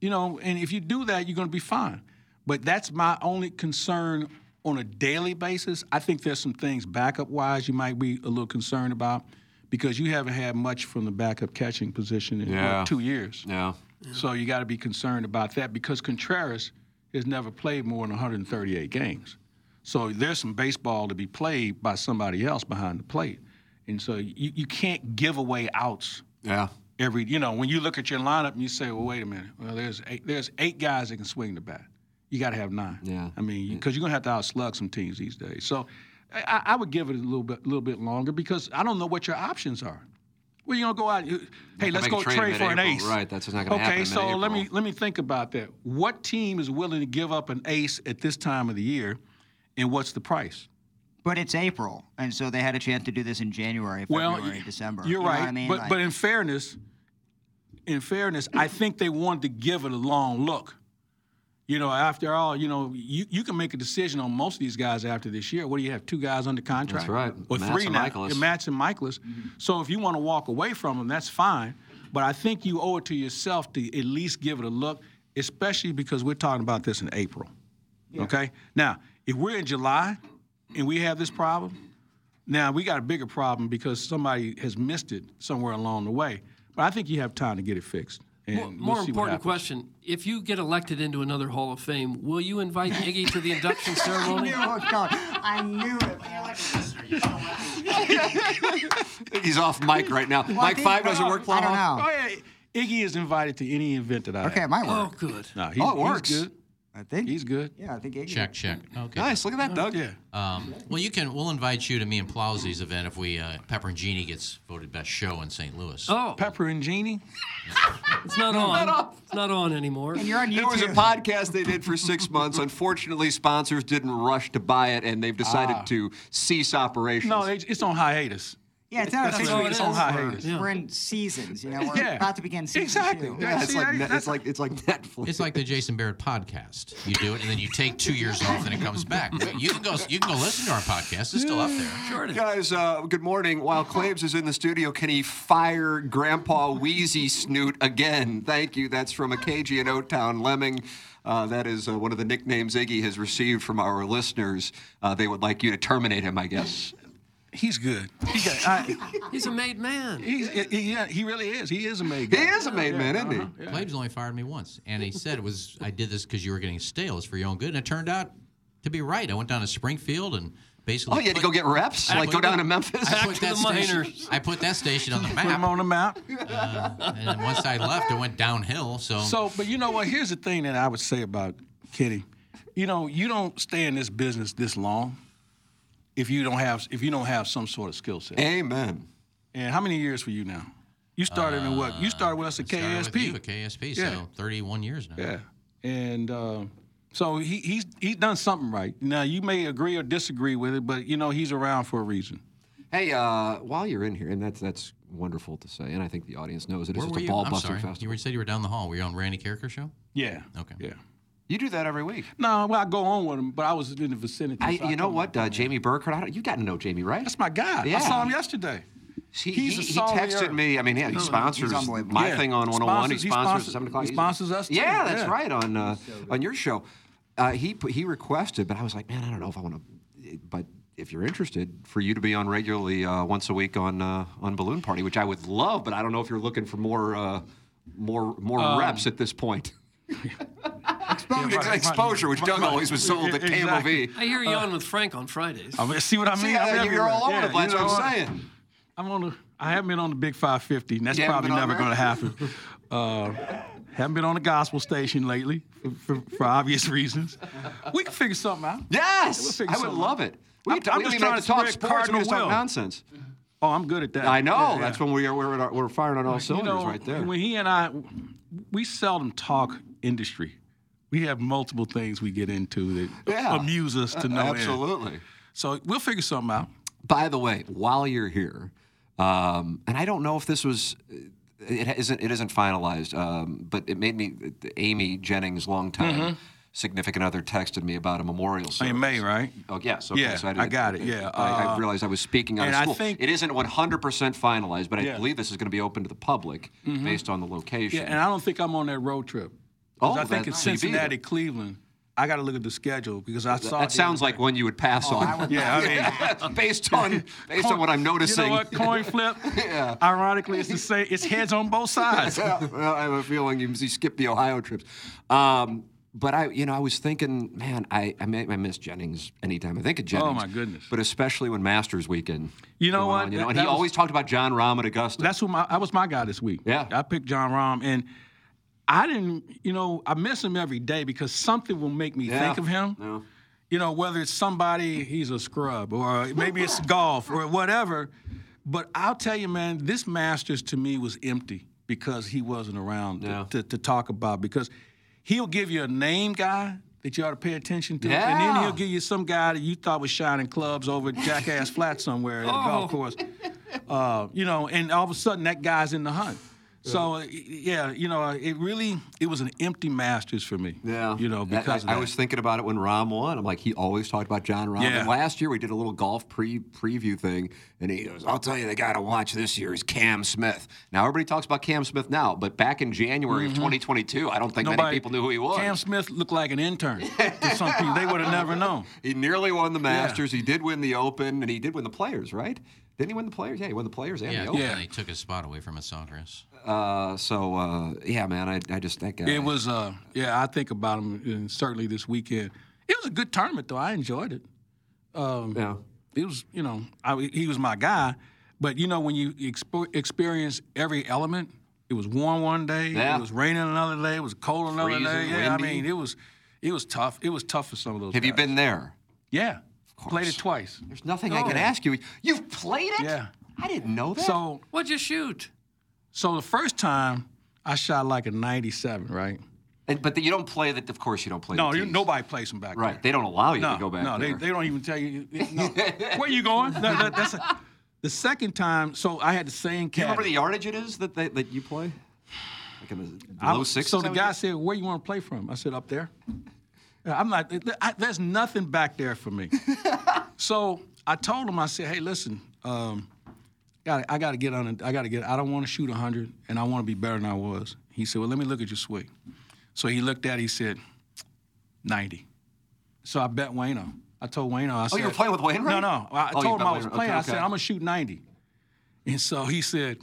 G: You know, and if you do that, you're going to be fine. But that's my only concern on a daily basis. I think there's some things backup wise you might be a little concerned about because you haven't had much from the backup catching position in what,
F: Yeah.
G: two years.
F: Yeah.
G: So you got to be concerned about that because Contreras has never played more than 138 games. So there's some baseball to be played by somebody else behind the plate. And so you, you can't give away outs.
F: Yeah.
G: Every you know, when you look at your lineup and you say, "Well, wait a minute. Well, there's eight, there's eight guys that can swing the bat. You got to have nine.
F: Yeah.
G: I mean, because you're gonna have to outslug some teams these days. So, I, I would give it a little bit, little bit longer because I don't know what your options are. Well, you gonna go out. you- Hey,
F: Not
G: let's
F: gonna
G: go
F: make a trade
G: trade for
F: in
G: an
F: mid-April.
G: ace.
F: Right, that's not gonna
G: okay,
F: happen in
G: so let me
F: mid-April.
G: let me think about that. What team is willing to give up an ace at this time of the year, and what's the price?
E: But it's April, and so they had a chance to do this in January,
G: Well,
E: February, December.
G: You're
E: You know what
G: right,
E: I mean?
G: but
E: Like-
G: but in fairness, in fairness, I think they wanted to give it a long look. You know, after all, you know, you, you can make a decision on most of these guys after this year. What do you have? Two guys under contract,
F: That's right.
G: Or
F: Matz
G: three
F: and
G: now?
F: Michaelis.
G: Yeah, Matz and Michaelis.
E: Mm-hmm.
G: So if you want to walk away from them, that's fine. But I think you owe it to yourself to at least give it a look, especially because we're talking about this in April. Okay. Now, if we're in July and we have this problem, now we got a bigger problem because somebody has missed it somewhere along the way. But I think you have time to get it fixed. And
I: More, more
G: we'll see what
I: important
G: happens.
I: question: If you get elected into another Hall of Fame, will you invite Iggy to the induction ceremony?
E: I knew it was coming. I knew it. man. Like,
F: He's off mic right now.
E: Mike
F: Mike five doesn't work.
E: I don't
F: Plowhawk?
E: know.
G: Oh, yeah. Iggy is invited to any event that I
E: Okay,
G: have.
E: it might work.
I: Oh, good.
G: No, he's,
F: Oh, it works.
G: He's good.
E: I think
G: he's good.
E: Yeah, I think Iggy.
B: Check, check. Okay.
F: Nice. Look at that, Doug.
G: Yeah.
B: Um, well, you can. We'll invite you to me and Plowsy's event if we uh, Pepper and Genie gets voted best show in St. Louis.
I: Oh,
G: Pepper and Genie.
I: it's not on. It's not on anymore.
E: And you're on
F: There was a
E: YouTube.
F: podcast they did for six months. Unfortunately, sponsors didn't rush to buy it, and they've decided to cease operations.
G: Ah. No, they, it's on hiatus.
E: yeah, it's not
G: That's
E: official.
G: what it is. On hiatus.
E: We're in seasons. You know, we're
G: Yeah.
E: about to begin season
G: Exactly.
E: two.
G: Yeah,
F: Yeah, it's
G: see,
F: like
G: that-
F: ne-
G: that's-
F: it's like it's like Netflix.
B: It's like the Jason Barrett podcast. You do it, and then you take two years off, and it comes back. You can go. You can go listen to our podcast. It's still up there.
I: Sure it is.
F: Guys, uh, good morning. While Claves is in the studio, can he fire Grandpa Wheezy Snoot again? Thank you. That's from a KG in O Town Lemming. Uh, that is uh, one of the nicknames Iggy has received from our listeners. Uh, they would like you to terminate him, I guess.
G: He's good. He, got, I,
I: He's a made man.
G: he's, he, he- he really is. He is a made
F: He
G: guy.
F: is a made man, isn't
I: Uh-huh,
F: he?
G: Yeah.
B: Claves only fired me once, and he said it was I did this because you were getting stale. It's for your own good, and it turned out to be right. I went down to Springfield and basically.
F: Oh, you had to
B: put-
F: go get reps?
B: I
F: Like, go
B: put-
F: down to Memphis?
B: I put,
I: to
B: that
I: the
B: station,
I: minors.
B: I put that station on the
G: Put him
B: map,
G: on the map.
B: and then once I left, it went downhill. So,
G: So, but you know what? Here's the thing that I would say about Kenny. You know, you don't stay in this business this long if you don't have if you don't have some sort of skill set.
F: Amen.
G: And how many years for you now? You started in what? You started with us at
B: Uh, started
G: KSP.
B: with you at KSP. So
G: Yeah.
B: 31 years now.
G: Yeah, and uh, so he, he's he's done something right. Now you may agree or disagree with it, but you know he's around for a reason.
F: Hey, uh, while you're in here, and that's that's wonderful to say, and I think the audience knows it. It's
B: Where
F: just
B: were
F: a
B: you?
F: ball
B: I'm
F: busting
B: sorry.
F: festival.
B: You were, said you were down the hall. Were you on Randy Carricker show?
G: Yeah.
B: Okay.
G: Yeah.
F: You do that every week.
G: No, well I go on with him, but I was in the vicinity.
F: I,
G: so I
F: you know
G: couldn't-
F: what, uh, Jamie Burkhardt? I don't, you got to know Jamie, right?
G: That's my guy.
F: Yeah.
G: I saw him yesterday.
F: He,
G: He's
F: he,
G: a
F: he
G: salt of the
F: texted
G: earth.
F: me. I mean, yeah, he sponsors
E: unbelievable.
F: my
G: Yeah.
F: thing on 101.
G: Sponsors-
F: he
G: he
F: sponsors,
G: sponsors-
F: 7 o'clock.
G: he
F: He's-
G: sponsors us, too.
F: Yeah, that's
G: Yeah.
F: right on uh, on your show. Uh, he put- he requested, but I was like, man, I don't know if I want to. But if you're interested, for you to be on regularly uh, once a week on uh, on Balloon Party, which I would love, but I
G: Um,
F: don't know if you're looking for more uh, more more reps at this point. Exposure.
I: Right, right.
F: Exposure, which Doug always was sold at Camel V. Uh,
I: I hear you on with Frank on Fridays.
G: I mean, see what I mean?
F: See,
G: I'm
F: uh, you're
G: everywhere.
F: all over the place,
G: you know
F: that's what I'm saying.
G: I'm on the. I haven't been on the Big 550, and that's
F: You haven't
G: probably
F: been on
G: never
F: there?
G: going to happen. Uh, haven't been on the gospel station lately for, for, for obvious reasons. We can figure something out.
F: Yes!
G: figure
F: I would
G: something
F: love
G: out.
F: it. We
G: I'm,
F: can-
G: I'm
F: we
G: just
F: don't even
G: trying
F: have
G: to
F: to talk
G: spread
F: sports, we
G: cardinal
F: just talk
G: will.
F: nonsense.
G: Oh, I'm good at that.
F: I know.
G: Yeah, yeah.
F: That's when we are, we're, at our- we're firing on all
G: You
F: cylinders
G: know,
F: right there.
G: When he and I, we seldom talk industry. We have multiple things we get into that
F: Yeah. Uh,
G: amuse us to no end.
F: Absolutely.
G: So we'll figure something out.
F: By the way, while you're here, um, and I don't know if this was, it isn't, it isn't finalized, um, but it made me, Amy Jennings, longtime
G: Mhm.
F: significant other, texted me about a memorial service.
G: In May, right?
F: Oh yes, okay.
G: Yeah,
F: so
G: I
F: didn't-
G: got it, yeah.
F: I, I
G: Uh,
F: realized I was speaking out
G: and
F: of
G: I
F: school.
G: think-
F: it isn't 100 percent finalized, but I
G: Yeah.
F: believe this is going to be open to the public
G: Mhm.
F: based on the
G: Yeah,
F: location.
G: and I don't think I'm on that road trip. 'Cause
F: Oh,
G: I think
F: that
G: it's
F: could be that.
G: Cincinnati, Cleveland. I got to look at the schedule because I
F: That-
G: saw.
F: that
G: the- uh,
F: sounds like one you would pass on.
G: yeah, I mean,
F: based on based
G: Coin-
F: on what I'm noticing.
G: You know what? Coin flip. Ironically, it's the same. It's heads on both sides.
F: Yeah, well, I have a feeling you, you skipped the Ohio trips. Um, but I, you know, I was thinking, man, I I, may, I miss Jennings anytime. I think of Jennings.
G: Oh, my goodness.
F: But especially when Masters weekend.
G: You know
F: going
G: what?
F: on, you know,
G: That-
F: and
G: that
F: he
G: was-
F: always talked about John Rahm at Augusta.
G: That's who my that was my guy this week. Yeah, I picked John Rahm, and I didn't. You know, I miss him every day because something will make me
F: Yeah.
G: think of him.
F: No.
G: You know, whether it's somebody he's a scrub, or maybe it's golf, or whatever. But I'll tell you, man, this Masters to me was empty because he wasn't around to- to, to talk about. Because he'll give you a name guy that you ought to pay attention to, and then
D: Yeah.
G: he'll give you some guy that you thought was shining clubs over Jackass Flat somewhere at a
D: Oh.
G: golf course uh, you know, and all of a sudden that guy's in the hunt. So uh, yeah, you know, uh, it really it was an empty Masters for me. Yeah, you know,
F: That- I-
G: because of
F: I,
G: that.
F: was thinking about it when Rahm won. I'm like, he always talked about John Rahm.
G: Yeah.
F: And last year we did a little golf pre preview thing, and he goes, "I'll tell you, the guy to watch this year is Cam Smith." Now everybody talks about Cam Smith now, but back in January
G: Mhm.
F: of 2022, I don't think many
G: Nobody-
F: people knew who he was.
G: Cam Smith looked like an intern to some people. They would have never known.
F: He nearly won the Masters. He did win the Open, and he did win the Players, right? Didn't he win the Players? Yeah, he won the Players and
B: Yeah,
F: the Open.
B: they took his spot away from Asandris.
F: Uh, so uh, yeah, man, I, I just that guy.
G: It was, uh, yeah, I think about him and certainly this weekend. It was a good tournament though. I enjoyed it. Um,
F: yeah.
G: It was, you know, I, he was my guy, but you know when you expo- experience every element, it was warm one day,
F: Yeah.
G: it was raining another day, it was cold another day.
F: Freezing,
G: Yeah, I
F: windy.
G: mean it was, it was tough. It was tough for some of those.
F: Have you
G: guys.
F: been there?
G: Yeah. Played it twice. Oh.
F: There's nothing I can ask you. You've played it?
G: Yeah.
F: I didn't know that.
G: So
I: What'd you shoot?
G: So the first time I shot like a 97, right?
F: And, but you don't play that. Of course, you don't play.
G: No,
F: the
G: you,
F: tees.
G: nobody plays them back
F: Right.
G: there.
F: They don't allow you
G: no,
F: to go back
G: No,
F: there.
G: They, they don't even tell you. no. Where you going? No, that- that's a- the second time. So I had the same.
F: Do you remember the
G: caddy.
F: yardage it is that they, that you play? Like in the
G: I
F: low
G: was-
F: sixes.
G: So
F: I
G: the
F: would
G: guy
F: guess?
G: said, "Where you want to play from?" I said, "Up there." Yeah, I'm not. th- th- I- there's nothing back there for me. so I told him, I said, "Hey, listen, um, got I got to get on. A, I got to get. I don't want to shoot 100, and I want to be better than I was." He said, "Well, let me look at your swing." So he looked at. it, He said, "90." So I bet Wayno. I told Wayno. I
F: Oh,
G: said,
F: you were playing with
G: No,
F: Wainwright?
G: no. I I
F: Oh, you
G: told him
F: bet
G: I was
F: Wainwright. Okay,
G: playing. I
F: okay.
G: said, "I'm gonna shoot 90." And so he said,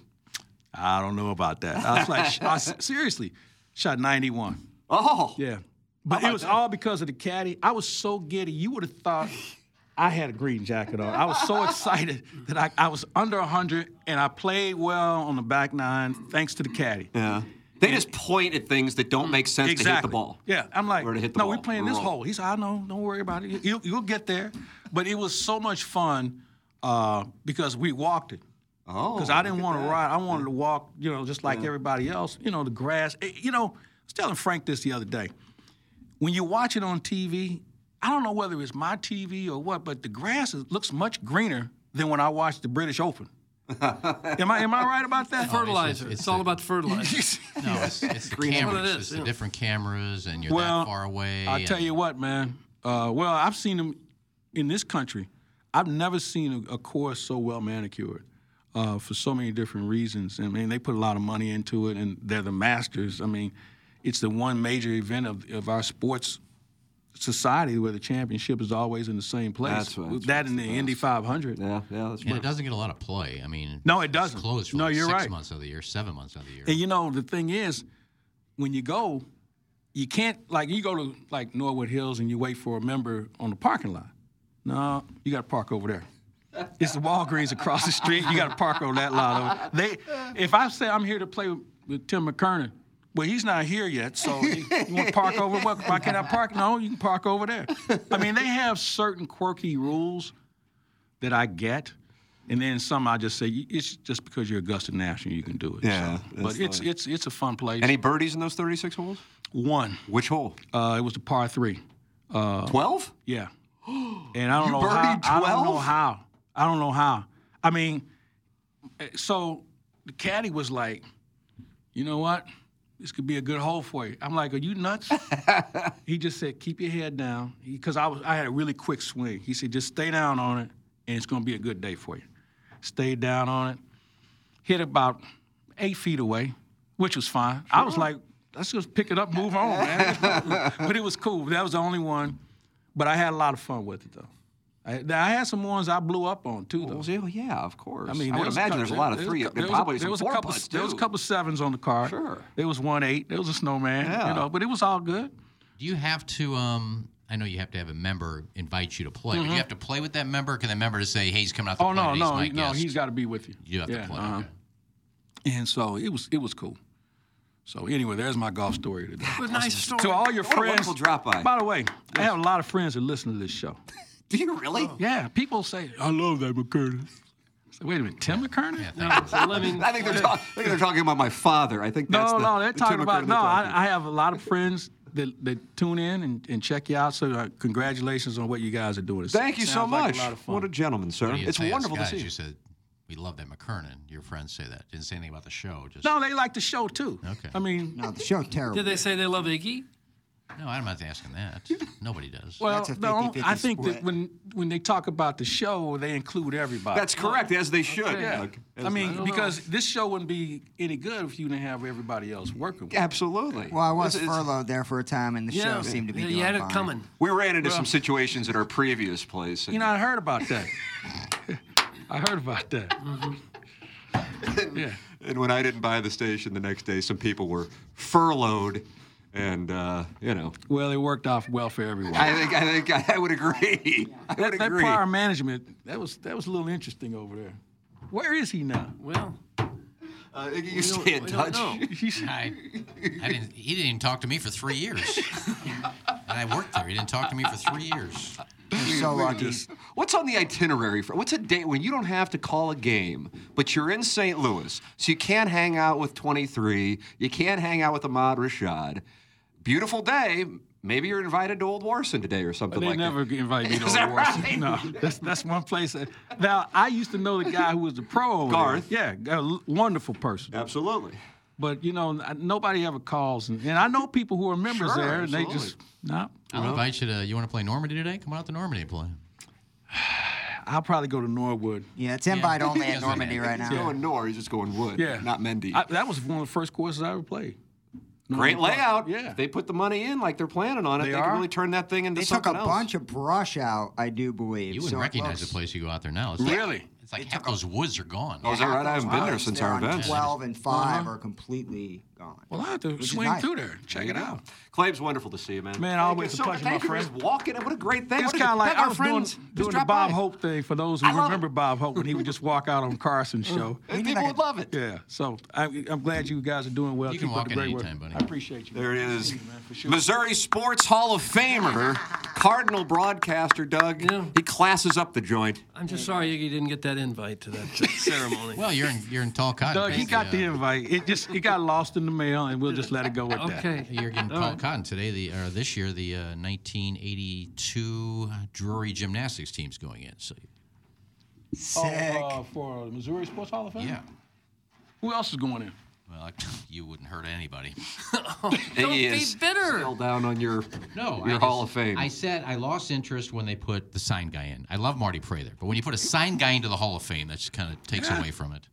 G: I don't know about that. I was like, I s- seriously, shot 91.
F: Oh.
G: Yeah. But it was all because of the caddy. I was so giddy. You would have thought I had a green jacket on. I was so excited that I, I was under 100 and I played well on the back nine thanks to the caddy.
F: Yeah. They just point at things that don't make sense to hit the
G: Exactly.
F: ball.
G: Yeah, I'm like,
F: Or to hit the
G: no,
F: ball.
G: we're playing this
F: Roll.
G: hole. He said, I know, don't worry about it. You, will get there. But it was so much fun uh, because we walked it.
F: Oh.
G: Because I didn't want to ride. I wanted to walk, you know, just like everybody else, you know, the grass. Eh, You know, I was telling Frank this the other day. When you watch it on TV, I don't know whether it's my TV or what, but the grass is, looks much greener than when I watched the British Open. am I am I right about
F: Oh,
G: that?
I: Fertilizer. it's, all about fertilizer.
G: No,
B: it's, it's the
I: Green
B: cameras.
I: Hill. What it is,
B: it's the
I: yeah.
B: different cameras, and you're
G: Well,
B: that far away.
G: I tell
B: and-
G: you what, man. Uh, well, I've seen them in this country. I've never seen a, a course so well manicured uh, for so many different reasons. I mean, they put a lot of money into it, and they're the masters. I mean, it's the one major event of, of our sports society where the championship is always in the same place.
B: That's right.
G: That and the Indy 500.
F: Yeah, yeah, that's
B: And it doesn't get a lot of play. I mean,
G: No, it
B: it's
G: doesn't.
B: Closed for
G: No,
B: like
G: you're
B: six
G: right.
B: months of the year, seven months of the year.
G: And you know, the thing is, when you go, you can't like you go to like Norwood Hills and you wait for a member on the parking lot. No, you got to park over there. It's the Walgreens across the street. You got to park on that lot. Over. They, if I say I'm here to play with, with Tim McKernan, well, he's not here yet, so you, you want to park over? What, why can't I park? No, you can park over there. I mean, they have certain quirky rules that I get, and then some I just say it's just because you're Augusta National, you can do it.
F: Yeah,
G: So, but
F: that's
G: it's
F: funny.
G: it's it's a fun place.
F: Any birdies in those 36 holes?
G: One.
F: Which hole?
G: Uh, it was the par three. Uh,
F: 12?
G: Yeah. And I don't
F: You
G: know how.
F: birdied
G: I don't know
F: 12?
G: how. I don't know how. I mean, eh, so the caddy was like, "You know what? This could be a good hole for you." I'm like, "Are you nuts?" he just said, "Keep your head down," because I was I had a really quick swing. He said, "Just stay down on it, and it's gonna be a good day for you." Stayed down on it, hit about eight feet away, which was fine. I was like, "Let's just pick it up, move on, man." but it was cool. That was the only one. But I had a lot of fun with it though. I, now, I had some ones I blew up on too, though.
F: Oh yeah, of course.
G: I mean,
F: I would
G: there was
F: imagine
G: couple-
F: there's a lot of
G: there was
F: three-
G: cou-
F: there
G: there was a-
F: probably was
G: there
F: some
G: was a
F: four
G: couple.
F: putts,
G: There was a
F: too.
G: couple sevens on the card.
F: Sure.
G: There was one eight. There was a snowman.
B: Yeah.
G: You know, but it was all good.
B: Do you have to? Um, I know you have to have a member invite you to play, but do
G: Mhm.
B: you have to play with that member? Can that member just say, "Hey, he's coming out to
G: Oh
B: play
G: no,
B: today, he's
G: no,
B: my
G: he- no!
B: guest.
G: He's got to be with you.
B: You have to play,
G: uh-huh. And so it was, it was cool. So anyway, there's my golf story today.
I: What a nice story.
G: To all your
I: What a
G: friends,
I: wonderful drop by.
G: the way, I have a lot of friends that listen to this show.
F: Do you really?
G: Yeah, people say I love that McCurtis. Wait a minute, Tim McKernan?
I: let me-
F: I think they're, talk- I think they're talking about my father. I think that's
G: no,
F: the,
G: no, they're
F: the
G: talking
F: Tim
G: about
F: McKernan
G: no.
F: they're talking
G: I, I have a lot of friends that, that tune in and, and check you out. So uh, congratulations on what you guys are doing. It
F: Thank you so
G: sounds like a
F: much.
G: lot of fun.
F: What a gentleman, sir.
B: What do you
F: It's
B: say us
F: wonderful to
B: guys?
F: see.
B: You said we love that McKernan. Your friends say that. Didn't say anything about the show. Just
G: No, they like the show too.
B: Okay.
G: I mean,
E: no, the show terrible.
I: Did they say they love Iggy?
B: no, I'm not asking that. Nobody does.
G: Well, no, I think that when when they talk about the show, they include everybody.
F: That's correct, as they should,
G: Yeah.
F: Doug. As
G: I mean,
F: they-
G: because this show wouldn't be any good if you didn't have everybody else working. With it.
F: Absolutely.
E: Well, I was furloughed there for a time, and the show seemed to be doing fine.
F: We ran into
G: Well-
F: some situations at our previous place.
G: You know, I heard about that. I heard about that. yeah.
F: And when I didn't buy the station the next day, some people were furloughed, and uh, you know.
G: Well, it worked off well for everyone.
F: I think I think I would agree. I would
G: that, that
F: agree.
G: prior management, that was that was a little interesting over there. Where is he now?
I: Well,
F: uh, Iggy, you stay in touch.
B: I, I didn't. He didn't even talk to me for three years, and I worked there. He didn't talk to me for three years.
E: so lucky.
F: What's on the itinerary for? What's a day when you don't have to call a game, but you're in St. Louis, so you can't hang out with 23, you can't hang out with Ahmad Rashad. Beautiful day. Maybe you're invited to Old Warson today or something
G: They
F: like
G: never
F: that.
G: invite me to
F: Is
G: Old
F: that
G: Warson.
F: right?
G: No, that's that's one place. that- now I used to know the guy who was the pro. Over
F: Garth.
G: There. Yeah, a l- wonderful person.
F: Absolutely.
G: But you know, n- nobody ever calls, and, and I know people who are members
B: Sure,
G: there, and they
B: absolutely.
G: just no.
B: I'll invite you to. You want to play Normandy today? Come on out to Normandy and play.
G: I'll probably go to Norwood.
E: Yeah, it's invite only
G: That's
E: at
G: what it
E: Normandy
G: is.
E: right now.
G: Yeah.
F: Going Nor, he's just going Wood,
G: Yeah.
F: not Mendy.
G: I, that was one of the first courses I ever played.
F: Great
G: Normandy Park.
F: layout.
G: Yeah.
F: If they put the money in like they're planning on it,
G: They
F: they,
G: are?
F: can really turn that thing into
E: They took a
F: something else.
E: bunch of brush out, I do believe.
B: You wouldn't
E: so it
B: recognize the
E: looks-
B: place you go out there now. It's Like,
G: Really?
B: it's like half those woods are gone.
F: Oh, is that right? I haven't been there
E: Islands
F: since
E: there
F: our
E: on
F: event.
E: 12 and 5
G: Uh-huh.
E: are completely gone.
G: Well, I have to
E: Which is
G: swing
E: nice.
G: through there. Check
F: There
G: it
F: you
G: out.
F: go. Claims wonderful to see you, Mm-hmm. man.
G: Man,
F: Thank
G: always
F: you
G: a
F: so much.
G: pleasure, my
F: Thank you for
G: friend.
F: just walking in. What a great thing.
G: It's
F: What is
G: kind of
F: it?
G: like
F: Doug,
G: I
F: our
G: was
F: friends.
G: doing,
F: just
G: doing the
F: drop
G: Bob
F: by.
G: Hope thing for those who
F: I love Mm.
G: remember Bob Hope when he would just walk out on Carson's show.
F: And people would love it.
G: Yeah, so I, I'm glad you guys are doing well.
B: You can
G: Keep up
B: walk
G: the
B: in
G: great work.
B: anytime, buddy.
G: I appreciate you.
F: There it is.
G: for sure.
F: Missouri Sports Hall of Famer, Cardinal broadcaster Doug. He classes up the joint.
I: I'm just sorry Iggy didn't get that invite to that ceremony.
B: Well, you're in you're in tall cotton.
G: Doug, he
B: basically,
G: got
B: uh,
G: the invite. It just it got lost in the mail, and we'll just let it go at that.
B: You're getting
G: All
B: Paul
G: right.
B: Cotton today, the or this year, the uh, 1982 Drury gymnastics team's going in. So
G: Oh, uh, for Missouri Sports Hall of Fame.
B: Yeah.
G: Who else is going in?
B: well, I- you wouldn't hurt anybody.
F: Don't he is
I: bitter.
F: Still down on your
B: No,
F: your
B: I
F: Hall
B: just-
F: of Fame.
B: I said I lost interest when they put the sign guy in. I love Marty Prather, but when you put a sign guy into the Hall of Fame, that just kind of takes away from it.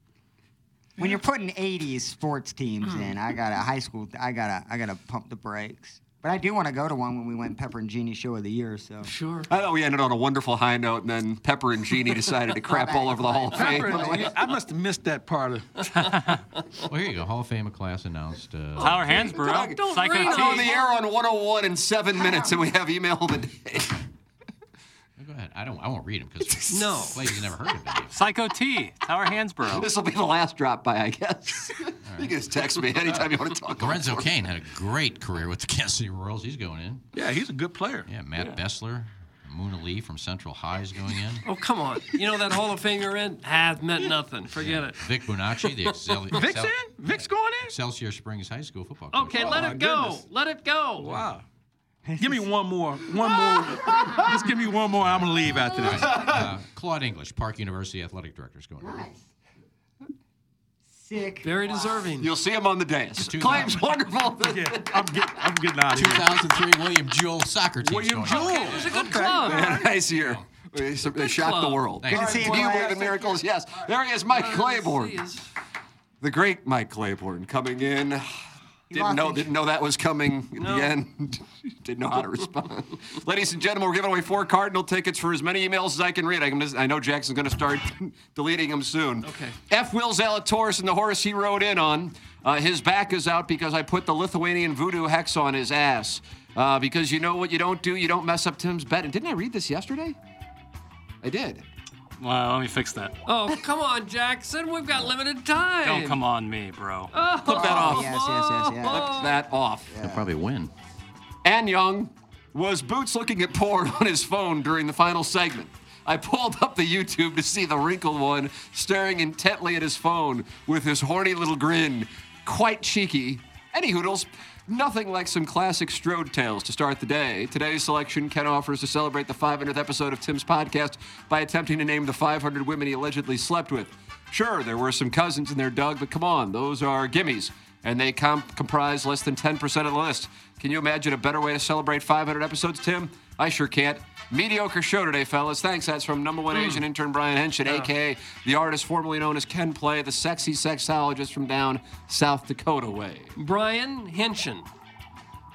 E: When you're putting 80s sports teams in, I got to high school I got to I got to pump the brakes.
G: But I do want to go to one when we went Pepper and Genie Show of the Year. So
F: sure.
E: I thought we ended on a wonderful high note, and then Pepper and Genie decided to crap all over the Hall of Fame.
C: Pepper and Genie- I must have missed that part of.
B: Well, here you go. Hall of Fame class announced. Uh,
E: Tyler Hansbrough, Doug,
C: don't
E: We're
C: Psycho
E: gonna go on the air on 101 in seven minutes, and we have email of the day.
B: Go ahead. I don't. I won't read them because
E: No.
B: ladies never heard of it.
E: Psycho T, Tower Hansborough. This will be the last drop by, I guess. You can just text me anytime you want to talk.
B: Lorenzo Kane had a great career with the Kansas City Royals. He's going in.
C: Yeah, he's a good player.
B: Yeah, Matt Bessler, Muna Lee from Central High is going in.
F: Oh, come on. You know that Hall of Fame you're in? Hath meant nothing. Forget it.
B: Vic Bonacci, the Excel-
F: Vic's
B: Excel-
F: in? Vic's going in?
B: Excelsior Springs High School football coach.
F: Okay, let it go. Let it go. Wow.
C: Give me one more. One more. Just give me one more. I'm gonna leave after
B: All right,
C: this.
B: uh, Claude English, Park University athletic director, is going. in.
G: Sick.
F: Very deserving.
E: You'll see him on the dais. Claims wonderful.
C: I'm getting, I'm getting out
B: 2003 William Jewell soccer team.
E: William
B: going in.
E: Jewell.
F: a good club.
E: Man, nice year. They they shocked the
B: club.
E: world.
B: Thank Good to
E: Do
B: see you,
E: you
B: Clay.
E: believe in miracles? Yes. There he is, Mike Claiborne. The great Mike Claiborne coming in. Didn't
C: lost
E: know,
C: it.
E: didn't know that was coming at the end. didn't know how to respond. Ladies and gentlemen, we're giving away four Cardinal tickets for as many emails as I can read. I, can just, I know Jackson's going to start deleting them soon. Okay. F. Wills Alatoris and the horse he rode in on. Uh, his back is out because I put the Lithuanian voodoo hex on his ass. Uh, because you know what you don't do? You don't mess up Tim's bet. And didn't I read this yesterday? I did.
L: Well, let me fix that.
F: Oh, come on, Jackson. We've got limited time.
L: Don't come on me, bro.
F: Oh.
E: Clip that off.
F: Yes, yes, yes, yes.
E: Clip that off.
B: He'll probably win.
E: And Young was Boots looking at porn on his phone during the final segment. I pulled up the YouTube to see the wrinkled one staring intently at his phone with his horny little grin. Quite cheeky. Any hoodles, nothing like some classic Strode tales to start the day. Today's selection, Ken offers to celebrate the 500th episode of Tim's podcast by attempting to name the 500 women he allegedly slept with. Sure, there were some cousins in there, Doug, but come on, those are gimmies and they
F: Um,
E: comp- comprise less than 10% of the list. Can you imagine a better way to celebrate 500 episodes, Tim? I sure can't. Mediocre show today, fellas. Thanks. That's from number one Asian intern Brian Henshin, aka the artist formerly known as Ken Play, the sexy sexologist from down South Dakota way.
F: Brian Henshin.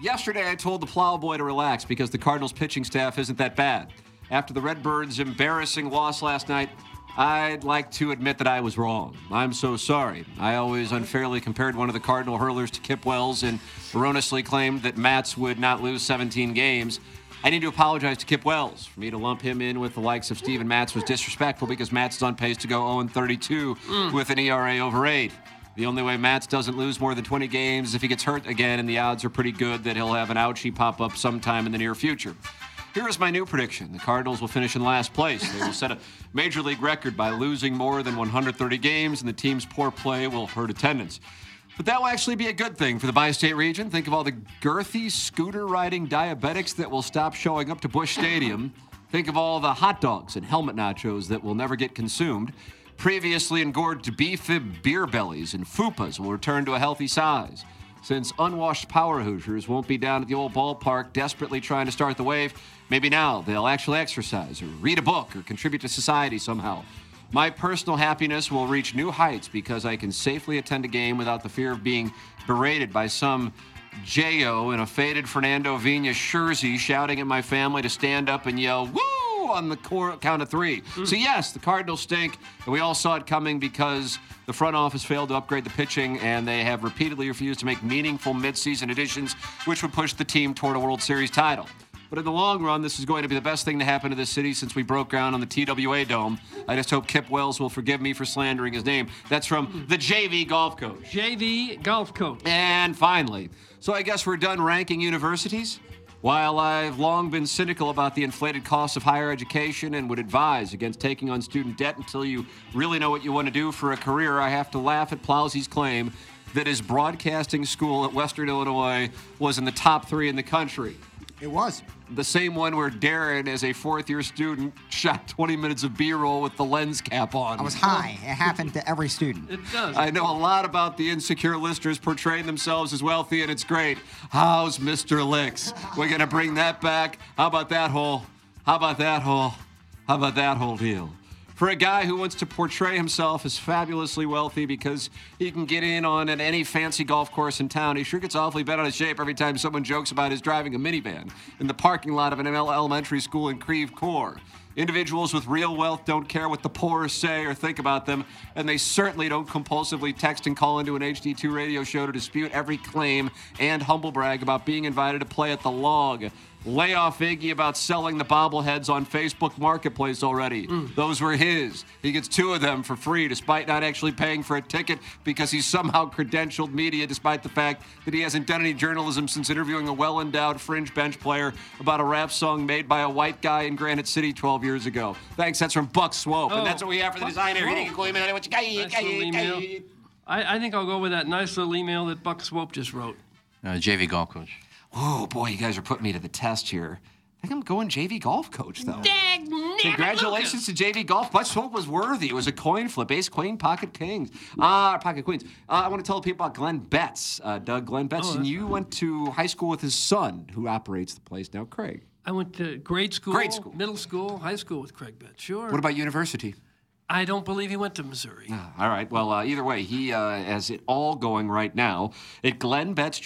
E: Yesterday, I told the plowboy to relax because the Cardinals' pitching staff isn't that bad. After the Redbirds' embarrassing loss last night, I'd like to admit that I was wrong. I'm so sorry. I always unfairly compared one of the Cardinal hurlers to Kip Wells and erroneously claimed that Mats would not lose 17 games. I need to apologize to Kip Wells. For me to lump him in with the likes of Steven Matz was disrespectful because Matz is on pace to go 0 32
F: Mm.
E: with an ERA over 8. The only way Matz doesn't lose more than 20 games is if he gets hurt again, and the odds are pretty good that he'll have an ouchie pop up sometime in the near future. Here is my new prediction. The Cardinals will finish in last place. They will set a major league record by losing more than 130 games, and the team's poor play will hurt attendance. But that will actually be a good thing for the Bi State region. Think of all the girthy scooter riding diabetics that will stop showing up to Bush Stadium. Think of all the hot dogs and helmet nachos that will never get consumed. Previously engorged beef beer bellies and fupas will return to a healthy size. Since unwashed power hoosiers won't be down at the old ballpark desperately trying to start the wave, maybe now they'll actually exercise or read a book or contribute to society somehow. My personal happiness will reach new heights because I can safely attend a game without the fear of being berated by some J.O. in a faded Fernando Vina jersey shouting at my family to stand up and yell, woo, on the cor- count of three. So, yes, the Cardinals stink, and we all saw it coming because the front office failed to upgrade the pitching, and they have repeatedly refused to make meaningful midseason additions, which would push the team toward a World Series title. But in the long run, this is going to be the best thing to happen to this city since we broke ground on the TWA Dome. I just hope Kip Wells will forgive me for slandering his name. That's from the JV Golf Coach.
F: JV Golf Coach.
E: And finally, so I guess we're done ranking universities? While I've long been cynical about the inflated costs of higher education and would advise against taking on student debt until you really know what you want to do for a career, I have to laugh at Plowsy's claim that his broadcasting school at Western Illinois was in the top three in the country.
G: It was.
E: The same one where Darren, as a fourth year student, shot 20 minutes of B roll with the lens cap on.
G: I was high. It happened to every student.
F: It does.
E: I know a lot about the insecure listeners portraying themselves as wealthy, and it's great. How's Mr. Licks? We're going to bring that back. How about that whole? How about that whole? How about that whole deal? for a guy who wants to portray himself as fabulously wealthy because he can get in on at any fancy golf course in town. He sure gets awfully bent out of shape every time someone jokes about his driving a minivan in the parking lot of an ML elementary school in Creve Coeur. Individuals with real wealth don't care what the poor say or think about them, and they certainly don't compulsively text and call into an HD2 radio show to dispute every claim and humble brag about being invited to play at the log. Lay off Iggy about selling the bobbleheads on Facebook Marketplace already. Those were his. He gets two of them for free despite not actually paying for a ticket because he's somehow credentialed media despite the fact that he hasn't done any journalism since interviewing a well endowed fringe bench player about a rap song made by a white guy in Granite City 12 years ago. Thanks, that's from Buck Swope. and that's what we have for the designer. He didn't include me. I want you-
F: Nice little email. I, I think I'll go with that nice little email that Buck Swope just wrote.
M: Uh, JV golf coach.
E: Oh boy, you guys are putting me to the test here. I think I'm going JV golf coach though. Congratulations to JV Golf. But Swope was worthy. It was a coin flip. Ace Queen, Pocket Kings. Ah, Pocket Queens. Uh, I want to tell people about Glenn Betts. Uh, Doug Glenn Betts. and you went to high school with his son, who operates the place now, Craig.
F: I went to grade school, grade school, middle school, high school with Craig Betts. Sure.
E: What about university?
F: I don't believe he went to Missouri.
E: Ah, All right. Well, uh, either way, he uh, has it all going right now at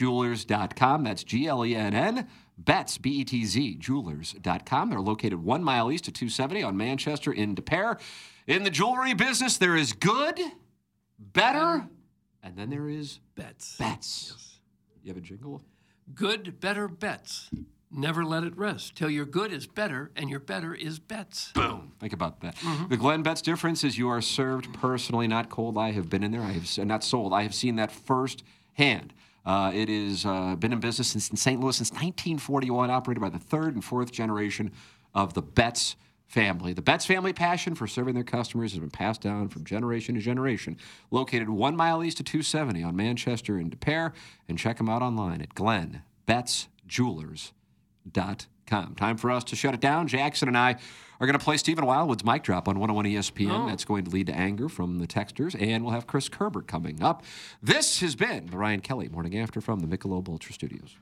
E: glenbettsjewelers.com. That's G L E N N. Betts, B E T Z, jewelers.com. They're located one mile east of 270 on Manchester in De Pere. In the jewelry business, there is good, better, and then there is
F: bets.
E: Bets. You have a jingle?
F: Good, better bets. Never let it rest till your good is better and your better is bets.
E: Boom. Think about that. The Glenn Betts difference is you are served personally, not cold. I have been in there. I have s- not sold. I have seen that firsthand. Uh, it has uh, been in business since in St. Louis since 1941, operated by the third and fourth generation of the Betts family. The Betts family passion for serving their customers has been passed down from generation to generation. Located one mile east of 270 on Manchester in De Pere, and check them out online at glennbettsjewelers.com. Time for us to shut it down. Jackson and I are going to play Stephen Wildwood's mic drop on 101 ESPN.
F: Oh.
E: That's going to lead to anger from the texters, and we'll have Chris Kerber coming up. This has been the Ryan Kelly Morning After from the Michelob Ultra Studios.